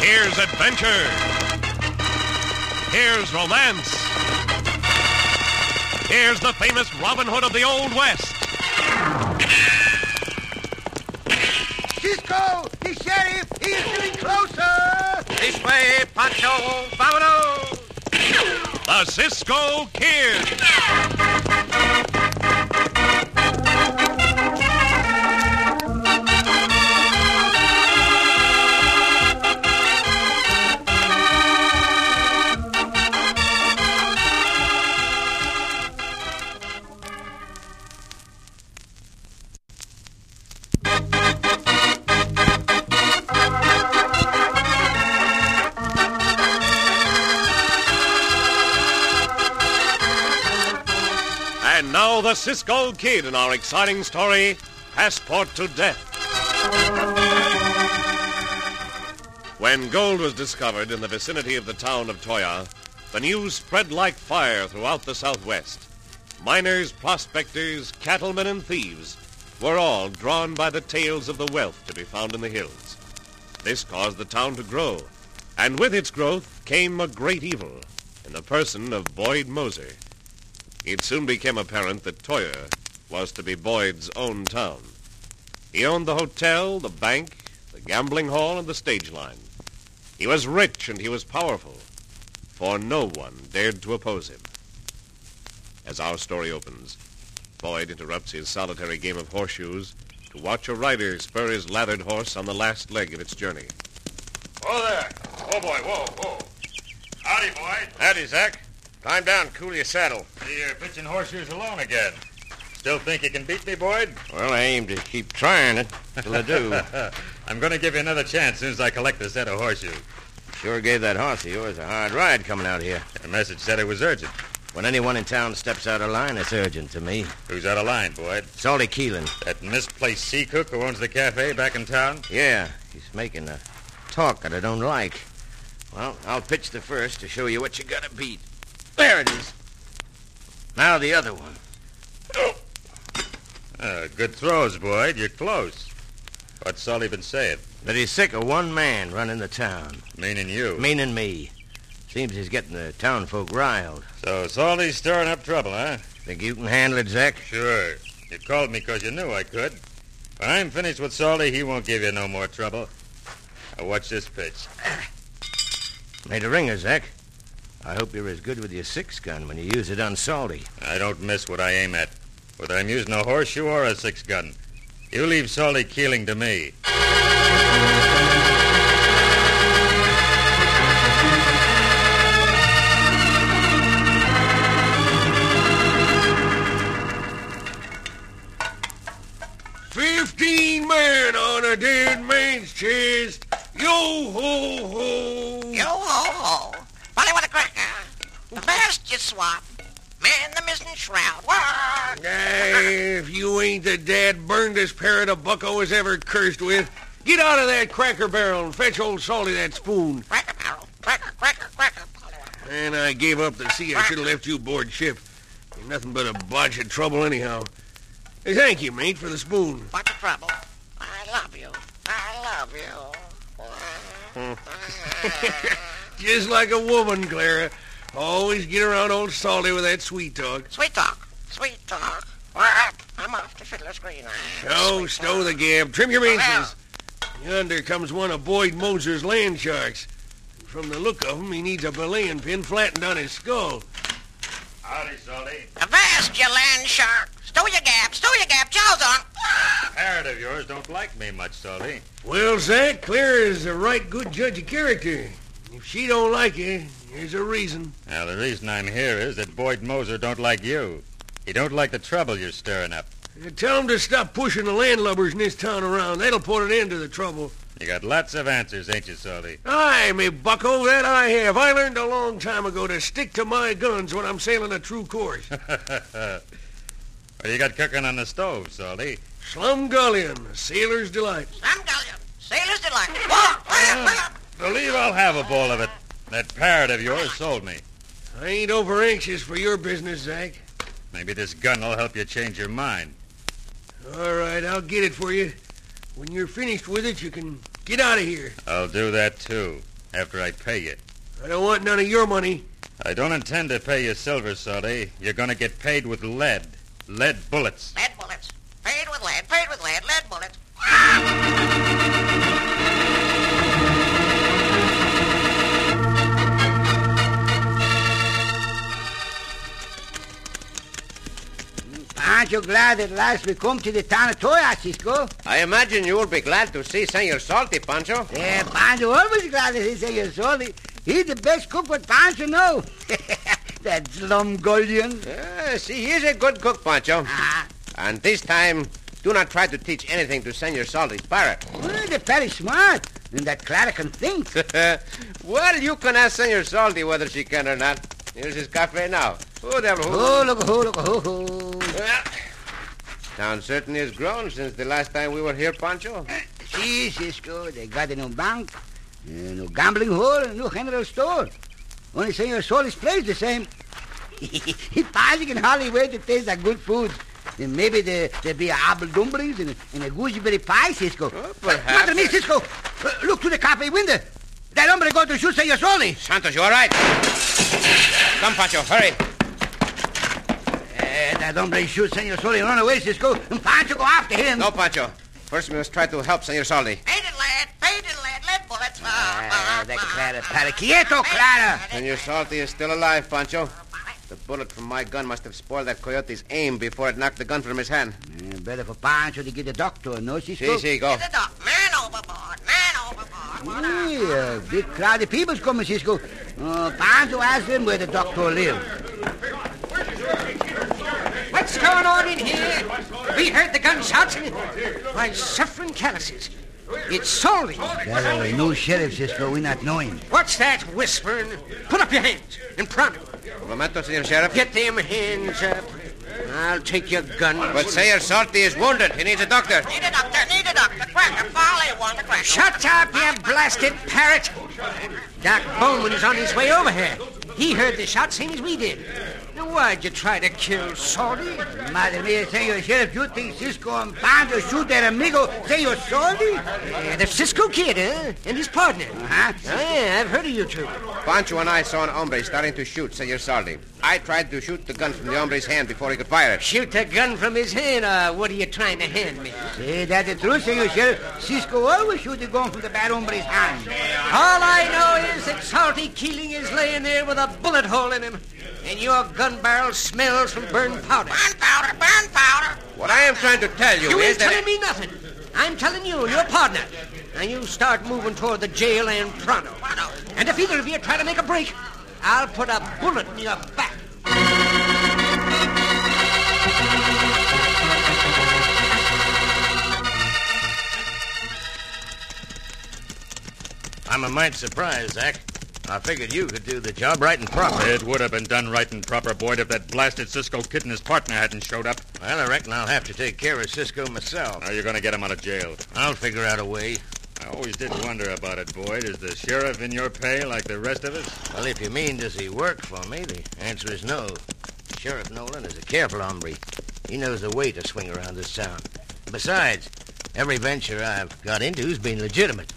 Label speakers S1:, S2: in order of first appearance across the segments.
S1: Here's adventure. Here's romance. Here's the famous Robin Hood of the Old West.
S2: Cisco, the sheriff, he is getting closer.
S3: This way, Pancho, vámonos!
S1: The Cisco Kid. And now the Cisco Kid in our exciting story, Passport to Death. When gold was discovered in the vicinity of the town of Toya, the news spread like fire throughout the Southwest. Miners, prospectors, cattlemen, and thieves were all drawn by the tales of the wealth to be found in the hills. This caused the town to grow, and with its growth came a great evil in the person of Boyd Moser. It soon became apparent that Toyer was to be Boyd's own town. He owned the hotel, the bank, the gambling hall, and the stage line. He was rich and he was powerful, for no one dared to oppose him. As our story opens, Boyd interrupts his solitary game of horseshoes to watch a rider spur his lathered horse on the last leg of its journey.
S4: Whoa there. Oh, boy. Whoa, whoa. Howdy, boy.
S3: Howdy, Zach. Climb down, cool your saddle.
S4: You're pitching horseshoes alone again. Still think you can beat me, Boyd?
S3: Well, I aim to keep trying it till I do.
S4: I'm going to give you another chance as soon as I collect the set of horseshoes.
S3: sure gave that horse of yours a hard ride coming out here.
S4: The message said it was urgent.
S3: When anyone in town steps out of line, it's urgent to me.
S4: Who's out of line, Boyd?
S3: Salty Keelan.
S4: That misplaced sea cook who owns the cafe back in town?
S3: Yeah, he's making a talk that I don't like. Well, I'll pitch the first to show you what you gotta beat. There it is. Now the other one.
S4: Uh, good throws, Boyd. You're close. What's Sully been saying?
S3: That he's sick of one man running the town,
S4: Meaning you.
S3: meaning me. Seems he's getting the town folk riled.
S4: So Salty's stirring up trouble, huh?
S3: Think you can handle it, Zach?
S4: Sure. You called me 'cause you knew I could. When I'm finished with Salty, he won't give you no more trouble. Now watch this pitch.
S3: Made a ringer, Zach. I hope you're as good with your six gun when you use it on Salty.
S4: I don't miss what I aim at, whether I'm using a horseshoe or a six gun. You leave Salty Keeling to me.
S1: Fifteen men on a dead man's chest. Yo ho ho.
S5: Yo ho ho. Polly with oh. a cracker. The best you swap. Man the missing shroud. Wah!
S1: Hey, if you ain't the dad burnedest parrot a bucko was ever cursed with, get out of that cracker barrel and fetch old Salty that spoon.
S5: Cracker barrel. Cracker, cracker, cracker. Polly with a cracker.
S1: And I gave up the sea. I should have left you aboard ship. You're nothing but a bunch of trouble anyhow. Hey, thank you, mate, for the spoon.
S5: Bunch of trouble. I love you. I love you.
S1: Just like a woman, Clara. Always get around old Salty with that sweet talk.
S5: Sweet talk. Sweet talk. Wah! I'm off to Fiddler's Green.
S1: Oh,
S5: Sweet
S1: stow
S5: talk.
S1: the gab. Trim your mainsails. Yonder comes one of Boyd Moser's land sharks. From the look of him, he needs a belaying pin flattened on his skull.
S4: Howdy, Salty.
S5: Avast, you land shark. Stow your gap. Stow your gap. Jaws on. Wah!
S4: Parrot of yours don't like me much, Salty.
S1: Well, Zach, Claire is a right good judge of character. If she don't like you, there's a reason.
S4: Now, the reason I'm here is that Boyd Moser don't like you. He don't like the trouble you're stirring up.
S2: Tell them to stop pushing the landlubbers in this town around. That'll put an end to the trouble.
S4: You got lots of answers, ain't you, Salty?
S2: Aye, me bucko, that I have. I learned a long time ago to stick to my guns when I'm sailing a true course.
S4: what do you got cooking on the stove, Salty?
S2: Slumgullion, a sailor's delight.
S5: I'm telling you, sailors delight. Whoa, whoa, whoa.
S4: Believe I'll have a bowl of it. That parrot of yours sold me.
S2: I ain't over anxious for your business, Zack.
S4: Maybe this gun will help you change your mind.
S2: All right, I'll get it for you. When you're finished with it, you can get out of here.
S4: I'll do that, too, after I pay you.
S2: I don't want none of your money.
S4: I don't intend to pay you silver, Salty. You're going to get paid with lead. Lead bullets.
S5: Lead bullets. Paid with lead, paid with lead, lead bullets.
S6: Aren't you glad at last we come to the town of Toya, Cisco?
S3: I imagine you'll be glad to see Senor Salty, Pancho.
S6: Yeah, Pancho always glad to see Senor Soli. He's the best cook what Pancho know. that slumgullion.
S3: Ah, see, he's a good cook, Pancho.
S6: Ah,
S3: And this time, do not try to teach anything to Senor Salty's parrot.
S6: well, they're very smart. And that Clara can think.
S3: well, you can ask Senor Salty whether she can or not. Here's his cafe now. Oh, devil.
S6: Oh, look, oh, look, oh, oh.
S3: Well, town certainly has grown since the last time we were here, Pancho.
S6: See, Cisco, they got a new bank, uh, no gambling hall, and no general store. Only Senor Solis plays the same. He Pancho can hardly wait to taste that good food. And maybe there, there'll be apple dumplings and, and a gooseberry pie, Cisco.
S3: Oh,
S6: Madre
S3: perhaps.
S6: mía, Cisco, uh, look to the cafe window. That hombre going to shoot Senor Solis.
S3: Santos, you all right? Come, Pancho, hurry. Eh,
S6: Uh, that hombre shoot Senor Solis and run away, Cisco. And Pancho go after him.
S3: No, Pancho. First, we must try to help Senor Salty.
S5: Paid in lead, paid in lead, lead bullets.
S6: Ah, that Clara, para. Quieto, Clara.
S3: Senor Salty is still alive, Pancho. The bullet from my gun must have spoiled that coyote's aim before it knocked the gun from his hand.
S6: Uh, better for Pancho to get a doctor, no, Cisco?
S3: See, see, go.
S5: The dog. Man overboard, man overboard. What a-
S6: Yeah, big crowd of people's coming, Cisco. Uh, Pancho asked them where the doctor lived.
S7: What's going on in here? We heard the gunshots. Why, suffering calluses. It's Solly.
S6: There are no sheriff, Cisco. We not know him.
S7: What's that whispering? Put up your hands and pronto.
S3: Momento, Senor Sheriff.
S7: Get them hands up. I'll take your gun.
S3: But Senor Salty is wounded. He needs a doctor.
S5: Need a doctor, need a doctor. Cracker, volley one, the cracker.
S7: Shut up, you blasted parrot. Doc Bowman's on his way over here. He heard the shots same as we did. Now, why'd you try to kill Salty?
S6: Madre mia, senor sheriff, you think Cisco and Pancho shoot their amigo, senor Soldi?
S7: Yeah, the Cisco Kid, huh? And his partner.
S6: Huh?
S7: Oh, yeah, I've heard of you two.
S3: Pancho and I saw an hombre starting to shoot Senor Salty. I tried to shoot the gun from the hombre's hand before he could fire it.
S7: Shoot the gun from his hand, or what are you trying to hand me?
S6: Say that the truth, senor sheriff. Cisco always shoot the gun from the bad hombre's hand.
S7: All I know is that Salty Keeling is laying there with a bullet hole in him, and your gun barrel smells from burned powder.
S5: Burn powder, burn powder.
S3: What I am trying to tell you,
S7: You
S3: is
S7: ain't
S3: that...
S7: telling me nothing. I'm telling you, your partner. Now you start moving toward the jail and pronto. And if either of you try to make a break, I'll put a bullet in your back.
S3: I'm a mite surprised, Zach. I figured you could do the job right and proper.
S4: It would have been done right and proper, Boyd, if that blasted Cisco kid and his partner hadn't showed up.
S3: Well, I reckon I'll have to take care of Cisco myself.
S4: Now you're going to get him out of jail.
S3: I'll figure out a way.
S4: I always did wonder about it, Boyd. Is the sheriff in your pay like the rest of us?
S3: Well, if you mean, does he work for me? The answer is no. Sheriff Nolan is a careful hombre. He knows the way to swing around this town. Besides, every venture I've got into's been legitimate.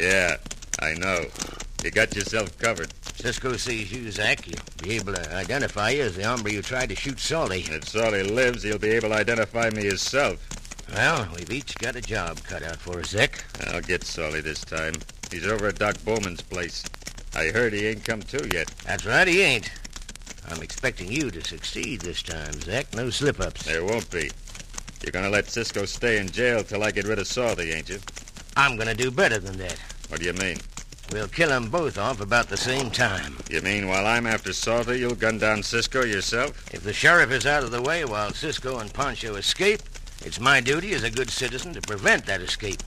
S4: Yeah, I know. You got yourself covered.
S3: Cisco sees you, Zach. He'll be able to identify you as the hombre you tried to shoot Salty.
S4: If Salty lives, he'll be able to identify me himself.
S3: Well, we've each got a job cut out for us, Zach.
S4: I'll get Salty this time. He's over at Doc Bowman's place. I heard he ain't come to yet.
S3: That's right, he ain't. I'm expecting you to succeed this time, Zach. No slip-ups.
S4: There won't be. You're going to let Cisco stay in jail till I get rid of Salty, ain't you?
S3: I'm going to do better than that.
S4: What do you mean?
S3: We'll kill them both off about the same time.
S4: You mean while I'm after Salter, you'll gun down Cisco yourself?
S3: If the sheriff is out of the way while Cisco and Pancho escape, it's my duty as a good citizen to prevent that escape,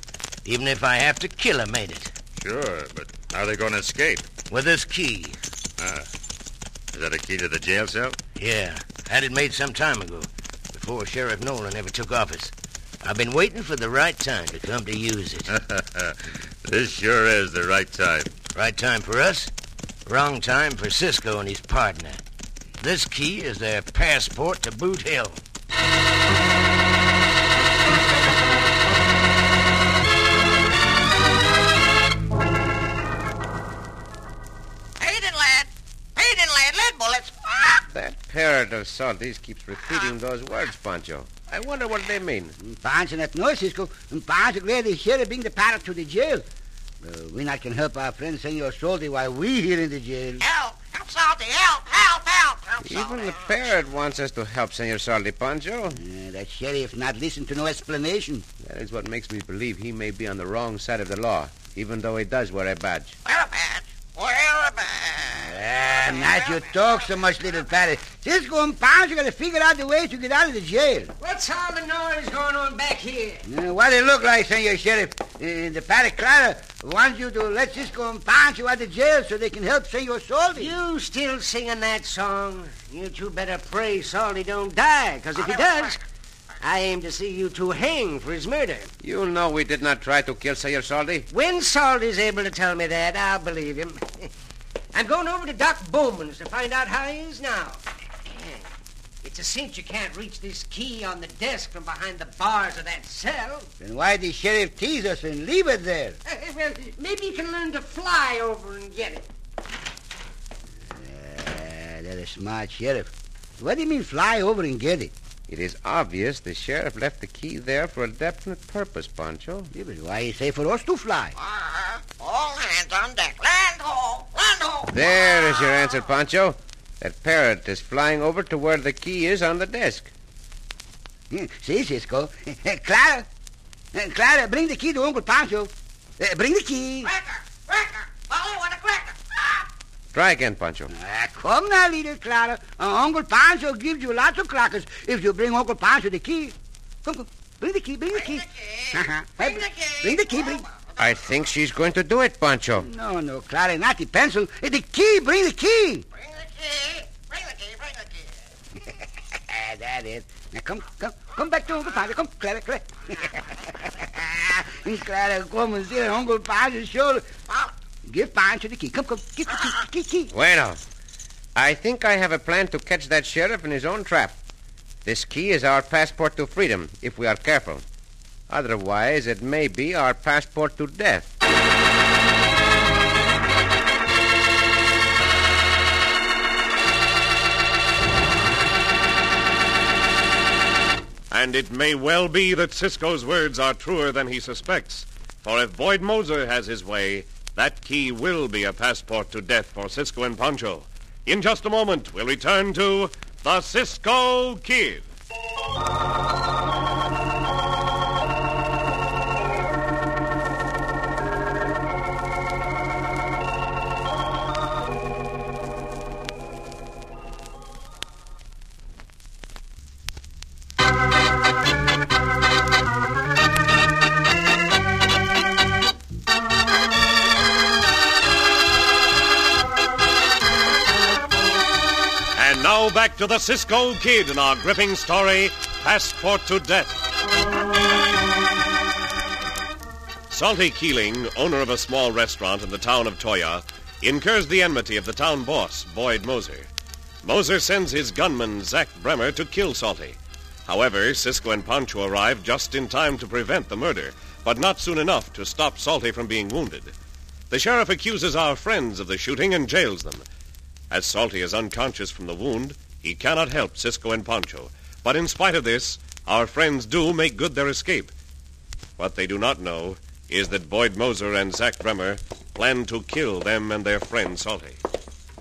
S3: even if I have to kill him, ain't it?
S4: Sure, but how are they going to escape?
S3: With this key.
S4: Is that a key to the jail cell?
S3: Yeah, had it made some time ago, before Sheriff Nolan ever took office. I've been waiting for the right time to come to use it.
S4: This sure is the right time.
S3: Right time for us, wrong time for Cisco and his partner. This key is their passport to Boot Hill.
S5: Paid in lead. Paid in lead. Lead bullets. Ah!
S8: That parrot of Salty's keeps repeating those words, Pancho. I wonder what they mean.
S6: Pancho not know, Cisco. And Pancho glad the sheriff bring the parrot to the jail. Uh, we not can help our friend Senor Soldi while we here in the jail.
S5: Help. Help, Salty. Help. Help. Help. Help, Salty.
S8: Even the parrot wants us to help Senor Salty, Pancho.
S6: Uh, that sheriff not listen to no explanation.
S8: That is what makes me believe he may be on the wrong side of the law, even though he does wear a badge.
S5: Wear a badge. Wear a badge.
S6: Ah, not you talk so much, little parrot. Cisco and Pancho gotta figure out the way to get out of the jail.
S7: What's all the noise going on back here?
S6: Uh, what it look like, Senor Sheriff? Uh, the parrot Clara wants you to let Cisco and Pancho out of jail so they can help Senor Soldi.
S7: You still singing that song? You two better pray Salty don't die, because if he does, I aim to see you two hang for his murder.
S8: You know we did not try to kill Senor Salty.
S7: When Salty's able to tell me that, I'll believe him. I'm going over to Doc Bowman's to find out how he is now. It's a cinch you can't reach this key on the desk from behind the bars of that cell.
S6: Then why the sheriff tease us and leave it there?
S7: Uh, well, maybe you can learn to fly over and get it.
S6: Uh, that a smart sheriff. What do you mean fly over and get it?
S8: It is obvious the sheriff left the key there for a definite purpose, Pancho.
S6: Yeah, but why you say for us to fly?
S5: Ah, All hands on deck. Land ho. Land ho.
S8: There is your answer, Pancho. That parrot is flying over to where the key is on the desk.
S6: Hmm, See, Cisco. Clara. Uh, Clara, bring the key to Uncle Pancho. Uh, bring the key.
S5: Cracker. Cracker. Molly, what a cracker. Ah!
S8: Try again, Pancho.
S6: Ah, come now, little Clara. Uh, Uncle Pancho gives you lots of crackers if you bring Uncle Pancho the key. Come, come. Bring the key, bring the
S5: Bring the
S6: key.
S5: key.
S6: Uh-huh.
S5: Bring the key.
S6: Bring the key, bring...
S8: I think she's going to do it, Pancho.
S6: No, no, Clara, not the pencil. Eh, The key, bring the key.
S5: Bring the key. Bring the key. Bring the key.
S6: that is. Now come, come, come back to Uncle Pancho. Come, Clara, Clara. Clara, come and sit on Uncle Pancho's shoulder.
S5: Molly.
S6: Give Pancho the key. Come, come, get the key, key, key.
S8: Bueno, I think I have a plan to catch that sheriff in his own trap. This key is our passport to freedom, if we are careful. Otherwise, it may be our passport to death.
S1: And it may well be that Cisco's words are truer than he suspects. For if Boyd Moser has his way, that key will be a passport to death for Cisco and Pancho. In just a moment, we'll return to the Cisco Kid. And now back to the Cisco Kid in our gripping story, Passport to Death. Salty Keeling, owner of a small restaurant in the town of Toya, incurs the enmity of the town boss, Boyd Moser. Moser sends his gunman, Zack Bremer, to kill Salty. However, Cisco and Pancho arrive just in time to prevent the murder, but not soon enough to stop Salty from being wounded. The sheriff accuses our friends of the shooting and jails them. As Salty is unconscious from the wound, he cannot help Cisco and Pancho. But in spite of this, our friends do make good their escape. What they do not know is that Boyd Moser and Zach Bremer plan to kill them and their friend Salty.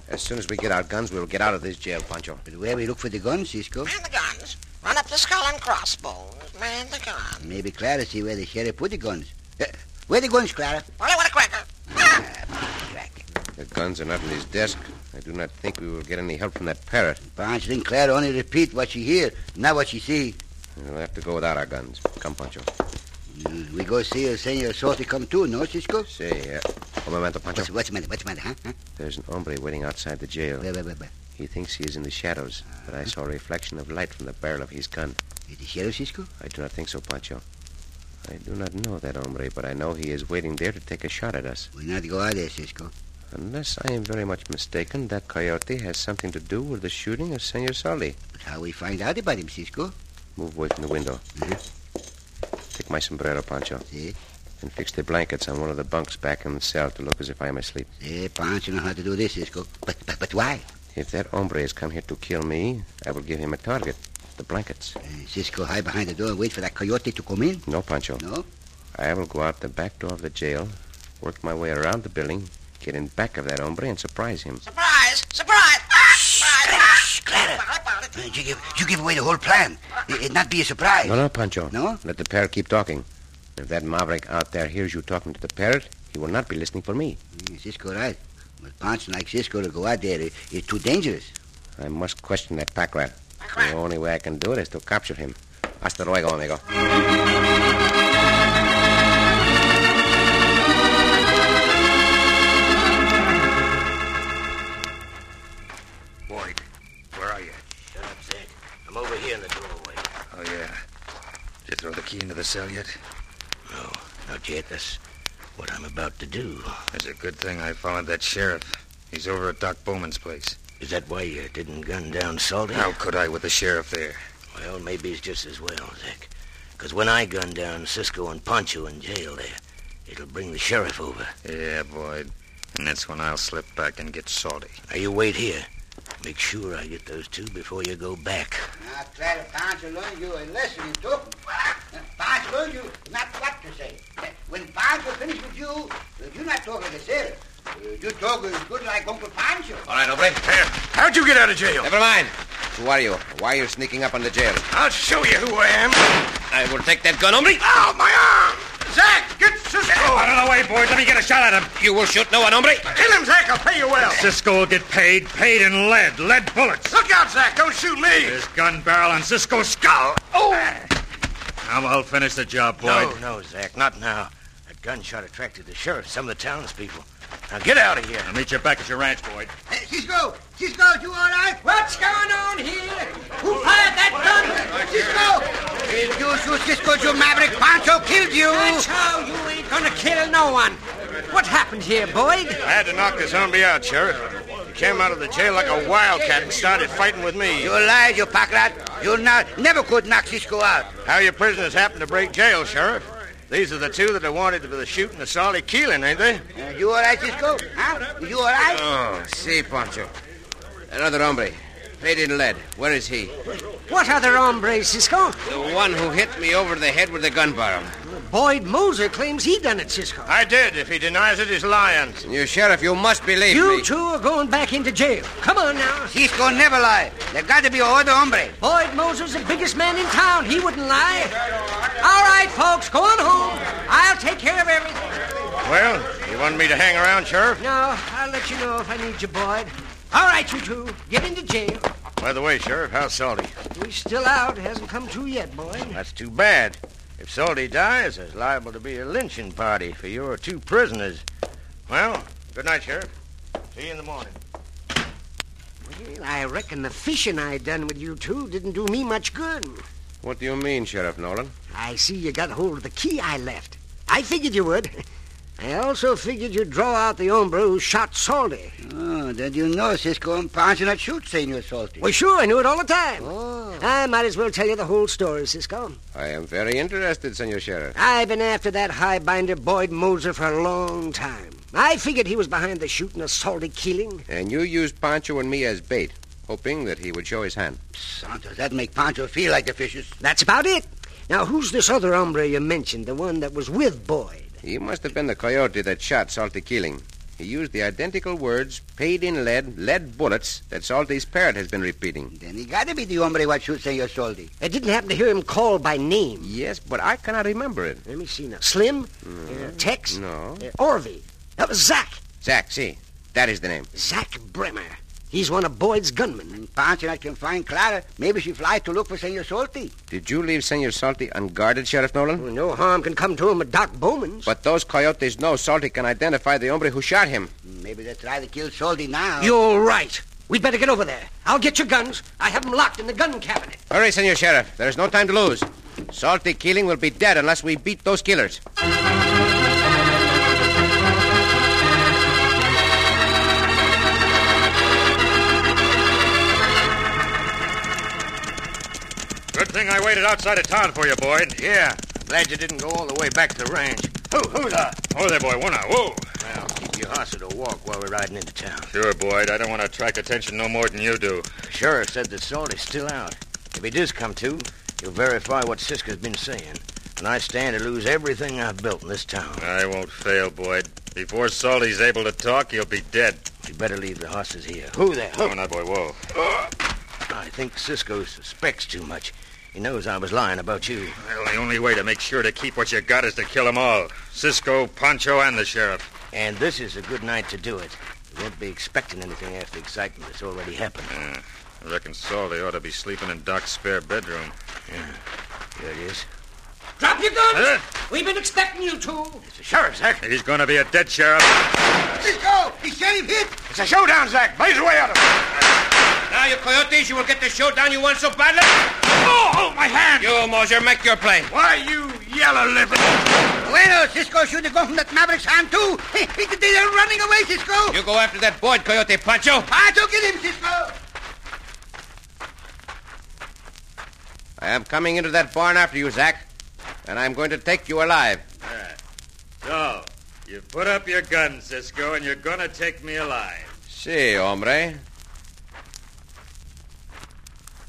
S8: As soon as we get our guns, we will get out of this jail, Pancho.
S6: But where we look for the gun, Cisco?
S5: Man the guns. Run up the skull and crossbones. Man the guns.
S6: Maybe Eh, Clara see where the sheriff put the guns. Uh, where the guns, Clara?
S5: Molly, what a cracker.
S1: The guns are not in his desk. I do not think we will get any help from that parrot.
S6: Pancho Sinclair only repeat what she hear, not what she see.
S1: We'll have to go without our guns. Come, Pancho.
S6: Mm, We go see her Senor Salty come too, no, Cisco?
S1: Say, uh, un momento, Pancho.
S6: What's, what's the matter? What's the matter, huh? huh?
S1: There's an hombre waiting outside the jail.
S6: Wait, wait, wait, wait.
S1: He thinks he is in the shadows, but I saw a reflection of light from the barrel of his gun.
S6: Is the sheriff, Cisco?
S1: I do not think so, Pancho. I do not know that hombre, but I know he is waiting there to take a shot at us.
S6: We not go out there, Cisco.
S1: Unless I am very much mistaken, that coyote has something to do with the shooting of Senor Saldi.
S6: But how we find out about him, Cisco?
S1: Move away from the window. Take my sombrero, Pancho,
S6: See?
S1: and fix the blankets on one of the bunks back in the cell to look as if I am asleep.
S6: See, Pancho Eh, know how to do this, Cisco. But, but, but why?
S1: If that hombre has come here to kill me, I will give him a target. The blankets.
S6: Uh, Cisco hide behind the door and wait for that coyote to come in?
S1: No, Pancho.
S6: No?
S1: I will go out the back door of the jail, work my way around the building, get in back of that hombre, and surprise him.
S5: Surprise! Surprise! Ah, surprise!
S6: Shh, Clara.
S5: Forgot about it.
S6: Uh, You give, you give away the whole plan. It, it not be a surprise.
S1: No, no, Pancho.
S6: No?
S1: Let the parrot keep talking. If that maverick out there hears you talking to the parrot, he will not be listening for me.
S6: Mm, Cisco right. But Pancho like Cisco to go out there. It, it's too dangerous.
S1: I must question that pack rat.
S5: Pack
S1: The
S5: rat.
S1: only way I can do it is to capture him. Hasta luego, amigo.
S9: Boyd, where are you? Shut up, Sid. I'm over here in the doorway.
S4: Oh, yeah. Did you throw the key into the cell yet?
S9: No, not yet. That's what I'm about to do.
S4: It's a good thing I followed that sheriff. He's over at Doc Bowman's place.
S9: Is that why you didn't gun down Salty?
S4: How could I with the sheriff there?
S9: Well, maybe it's just as well, Zek. Because when I gun down Cisco and Poncho in jail there, it'll bring the sheriff over.
S4: Yeah, Boyd. And that's when I'll slip back and get salty.
S9: Now, you wait here. Make sure I get those two before you go back.
S6: Now, Clara, Pancho learn you a lesson in talking. Pancho learn you not what to say. When Pancho finish with you, uh, you not talking to sheriff. Uh, You talk as good like Uncle Pancho.
S1: All right, hombre.
S3: How'd you get out of jail?
S1: Never mind. Who are you? Why are you sneaking up on the jail?
S3: I'll show you who I am.
S1: I will take that gun, hombre.
S3: Ow, my arm! Zach, get Cisco!
S4: Out of the way, Boyd. Let me get a shot at him.
S1: You will shoot no one, hombre.
S3: Kill him, Zach. I'll pay you well.
S4: Cisco will get paid, paid in lead, lead bullets.
S3: Look out, Zach. Don't shoot me.
S4: This gun barrel on Cisco's skull.
S3: Oh!
S4: Now I'll finish the job, Boyd.
S9: No, no, Zach, not now. That gunshot attracted the sheriff, some of the townspeople. Now get out of here.
S4: I'll meet you back at your ranch, Boyd.
S6: Hey, Cisco! Cisco, you all right?
S10: What's going on here?
S6: Who fired that gun? Cisco! If you shoot Cisco, you maverick, Pancho killed you.
S10: That's how you ain't gonna kill no one. What happened here, Boyd?
S3: I had to knock this zombie out, Sheriff. He came out of the jail like a wildcat and started fighting with me.
S6: You lied, you pack rat. You not, never could knock Cisco out.
S3: How your prisoners happened to break jail, Sheriff? These are the two that are wanted for the shooting of Solly Keelan, ain't they?
S6: Uh, you all right, Cisco? Huh? You all right?
S1: Oh, see, Pancho. Another hombre. Paid in lead. Where is he?
S10: What other hombre, Cisco?
S1: The one who hit me over the head with the gun barrel.
S10: Boyd Moser claims he done it, Cisco.
S3: I did. If he denies it, he's lying.
S1: You sheriff, you must believe
S10: You
S1: me.
S10: two are going back into jail. Come on now.
S6: Cisco never lie. There got to be another hombre.
S10: Boyd Moser's the biggest man in town. He wouldn't lie. All right, folks, go on home. I'll take care of everything.
S3: Well, you wanted me to hang around, Sheriff?
S10: Now, I'll let you know if I need you, Boyd. All right, you two, get into jail.
S3: By the way, Sheriff, how's Salty?
S10: We're still out. It hasn't come through yet, Boyd.
S9: That's too bad. If Salty dies, there's liable to be a lynching party for your two prisoners.
S3: Well, good night, Sheriff. See you in the morning.
S10: Well, I reckon the fishing I done with you two didn't do me much good.
S1: What do you mean, Sheriff Nolan?
S10: I see you got hold of the key I left. I figured you would. I also figured you'd draw out the hombre who shot Salty.
S6: Oh, then you know Cisco and Pancho not shoot Senor Salty.
S10: Well, sure, I knew it all the time.
S6: Oh.
S10: I might as well tell you the whole story, Cisco.
S1: I am very interested, Senor Sheriff.
S10: I've been after that highbinder Boyd Moser for a long time. I figured he was behind the shooting of Salty Keeling.
S1: And you used Pancho and me as bait, hoping that he would show his hand.
S6: Santos, that make Pancho feel like the fishes.
S10: That's about it. Now, who's this other hombre you mentioned, the one that was with Boyd?
S1: He must have been the coyote that shot Salty Keeling. He used the identical words, paid in lead, lead bullets, that Salty's parrot has been repeating.
S6: Then he got to be the hombre what shoot Senor Salty.
S10: I didn't happen to hear him called by name.
S1: Yes, but I cannot remember it.
S10: Let me see now. Slim? Uh, Tex?
S1: No.
S10: Uh, Orvy? That was Zach.
S1: Zach, see.
S8: That is the name.
S7: Zach Bremer. He's one of Boyd's gunmen.
S6: Pancho I Hmm, can find Clara. Maybe she fly to look for Senor Salty.
S8: Did you leave Senor Salty unguarded, Sheriff Nolan?
S7: Well, no harm can come to him at Doc Bowman's.
S8: But those coyotes know Salty can identify the hombre who shot him.
S6: Maybe they try to kill Salty now.
S7: You're right. We'd better get over there. I'll get your guns. I have them locked in the gun cabinet.
S8: Hurry, Senor Sheriff. There is no time to lose. Salty Keeling will be dead unless we beat those killers.
S4: Good thing I waited outside of town for you, Boyd.
S3: Yeah. Glad you didn't go all the way back to the ranch. Who, who's that?
S4: Oh, there, boy. One hour. Whoa.
S3: Well, keep your horse at a walk while we're riding into town.
S4: Sure, Boyd. I don't want to attract attention no more than you do.
S3: The sheriff said that Salty's still out. If he does come to, he'll verify what Siska's been saying. And I stand to lose everything I've built in this town.
S4: I won't fail, Boyd. Before Salty's able to talk, he'll be dead.
S3: You better leave the horses here. Who there? Who?
S4: Oh, now, boy, whoa.
S3: I think Cisco suspects too much. He knows I was lying about you.
S4: Well, the only way to make sure to keep what you got is to kill 'em all. Cisco, Pancho, and the sheriff.
S3: And this is a good night to do it. We won't be expecting anything after the excitement that's already happened.
S4: Yeah. I reckon Salty ought to be sleeping in Doc's spare bedroom.
S3: Yeah. Here it is.
S7: Drop your guns.
S4: Huh?
S7: We've been expecting you two.
S3: It's the sheriff, Zach.
S4: He's going to be a dead sheriff.
S6: Cisco! The sheriff hit!
S3: It's a showdown, Zach. Blaze away at him.
S11: Now, you coyotes, you will get the showdown you want so badly.
S3: Oh, hold my hand.
S11: You, Mosier, make your play.
S3: Why, you yellow liver.
S6: Bueno, Cisco should have gone from that maverick's hand, too. He, he, they're running away, Cisco.
S11: You go after that Boyd coyote, Pancho.
S6: Pancho, get him, Cisco.
S8: I am coming into that barn after you, Zach, and I'm going to take you alive.
S4: So, you put up your gun, Cisco, and you're going to take me alive.
S8: Si, hombre.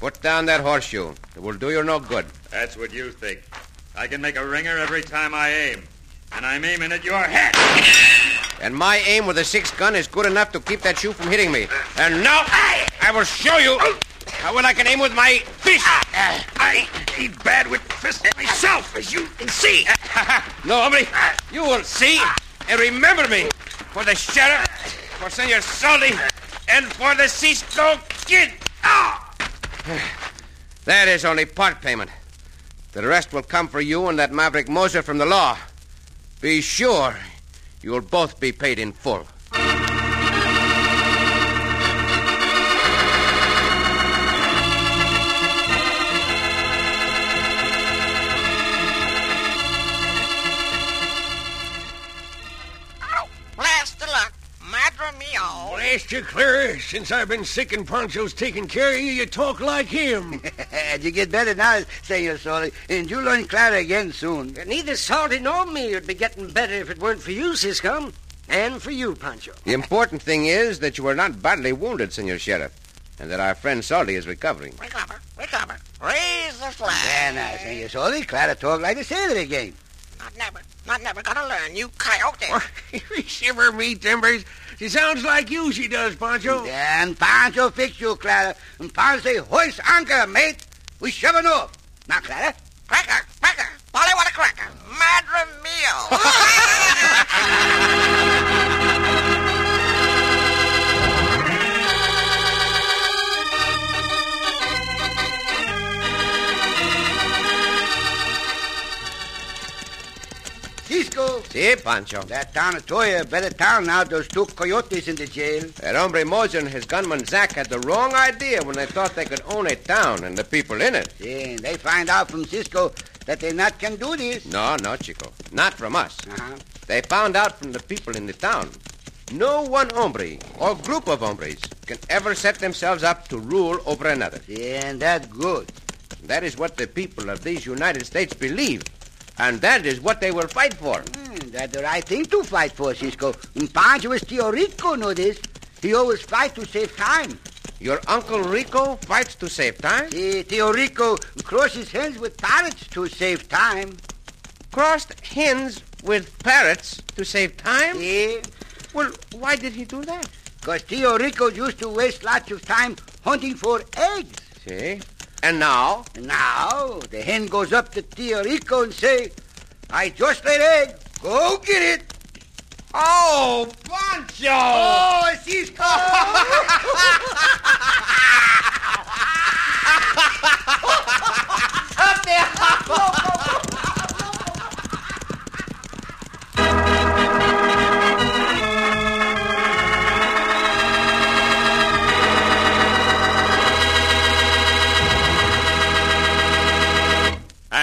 S8: Put down that horseshoe. It will do you no good.
S4: That's what you think. I can make a ringer every time I aim. And I'm aiming at your head.
S8: And my aim with a six gun is good enough to keep that shoe from hitting me. And now I, I will show you how well I can aim with my fist.
S3: I ain't bad with fists myself, as you can see.
S8: No, hombre, you will see and remember me for the sheriff, for Senor Salty, and for the Cisco Kid. Ah! That is only part payment. The rest will come for you and that maverick Moser from the law. Be sure you'll both be paid in full.
S5: Oh, blast the luck. Madra me all.
S2: Blast you, Clara. Since I've been sick and Poncho's taking care of you, you talk like him.
S6: and you get better now, Senor Salty. And you'll learn Clara again soon.
S7: Neither Salty nor me would be getting better if it weren't for you, Cisco. And for you, Pancho.
S8: The important thing is that you were not badly wounded, Senor Sheriff, and that our friend Salty is recovering.
S5: Recover, recover. Raise the flag.
S6: There now, Ah, Senor Salty. Clara talk like a sailor again.
S5: Not never, not never gonna learn, you coyote.
S2: Shiver me timbers. She sounds like you, she does, Poncho.
S6: And Pancho fix you, Clara. And Pancho say, hoist anchor, mate. We shoving off. Now, Clara.
S5: Cracker, cracker. Polly, what a cracker. Madra meal.
S6: Cisco.
S8: Si, Pancho.
S6: That town of Toya, better town now, those two coyotes in the jail.
S8: That hombre Moser and his gunman Zack had the wrong idea when they thought they could own a town and the people in it.
S6: See, and they find out from Cisco that they not can do this.
S8: No, no, Chico. Not from us.
S6: Uh-huh.
S8: They found out from the people in the town. No one hombre or group of hombres can ever set themselves up to rule over another.
S6: See, and that good.
S8: That is what the people of these United States believe. And that is what they will fight for.
S6: Mm, that the right thing to fight for, Cisco. And Pancho is Teorico, know this. He always fight to save time.
S8: Your Uncle Rico fights to save time?
S6: See, Teorico crosses hands with parrots to save time.
S8: Crossed hens with parrots to save time?
S6: See?
S8: Well, why did he do that?
S6: Because Teorico used to waste lots of time hunting for eggs.
S8: See? And now?
S6: Now, the hen goes up to Tio Rico and say, I just laid egg. Go get it.
S11: Oh, Poncho!
S5: Oh, Cisco! Up there!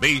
S1: Be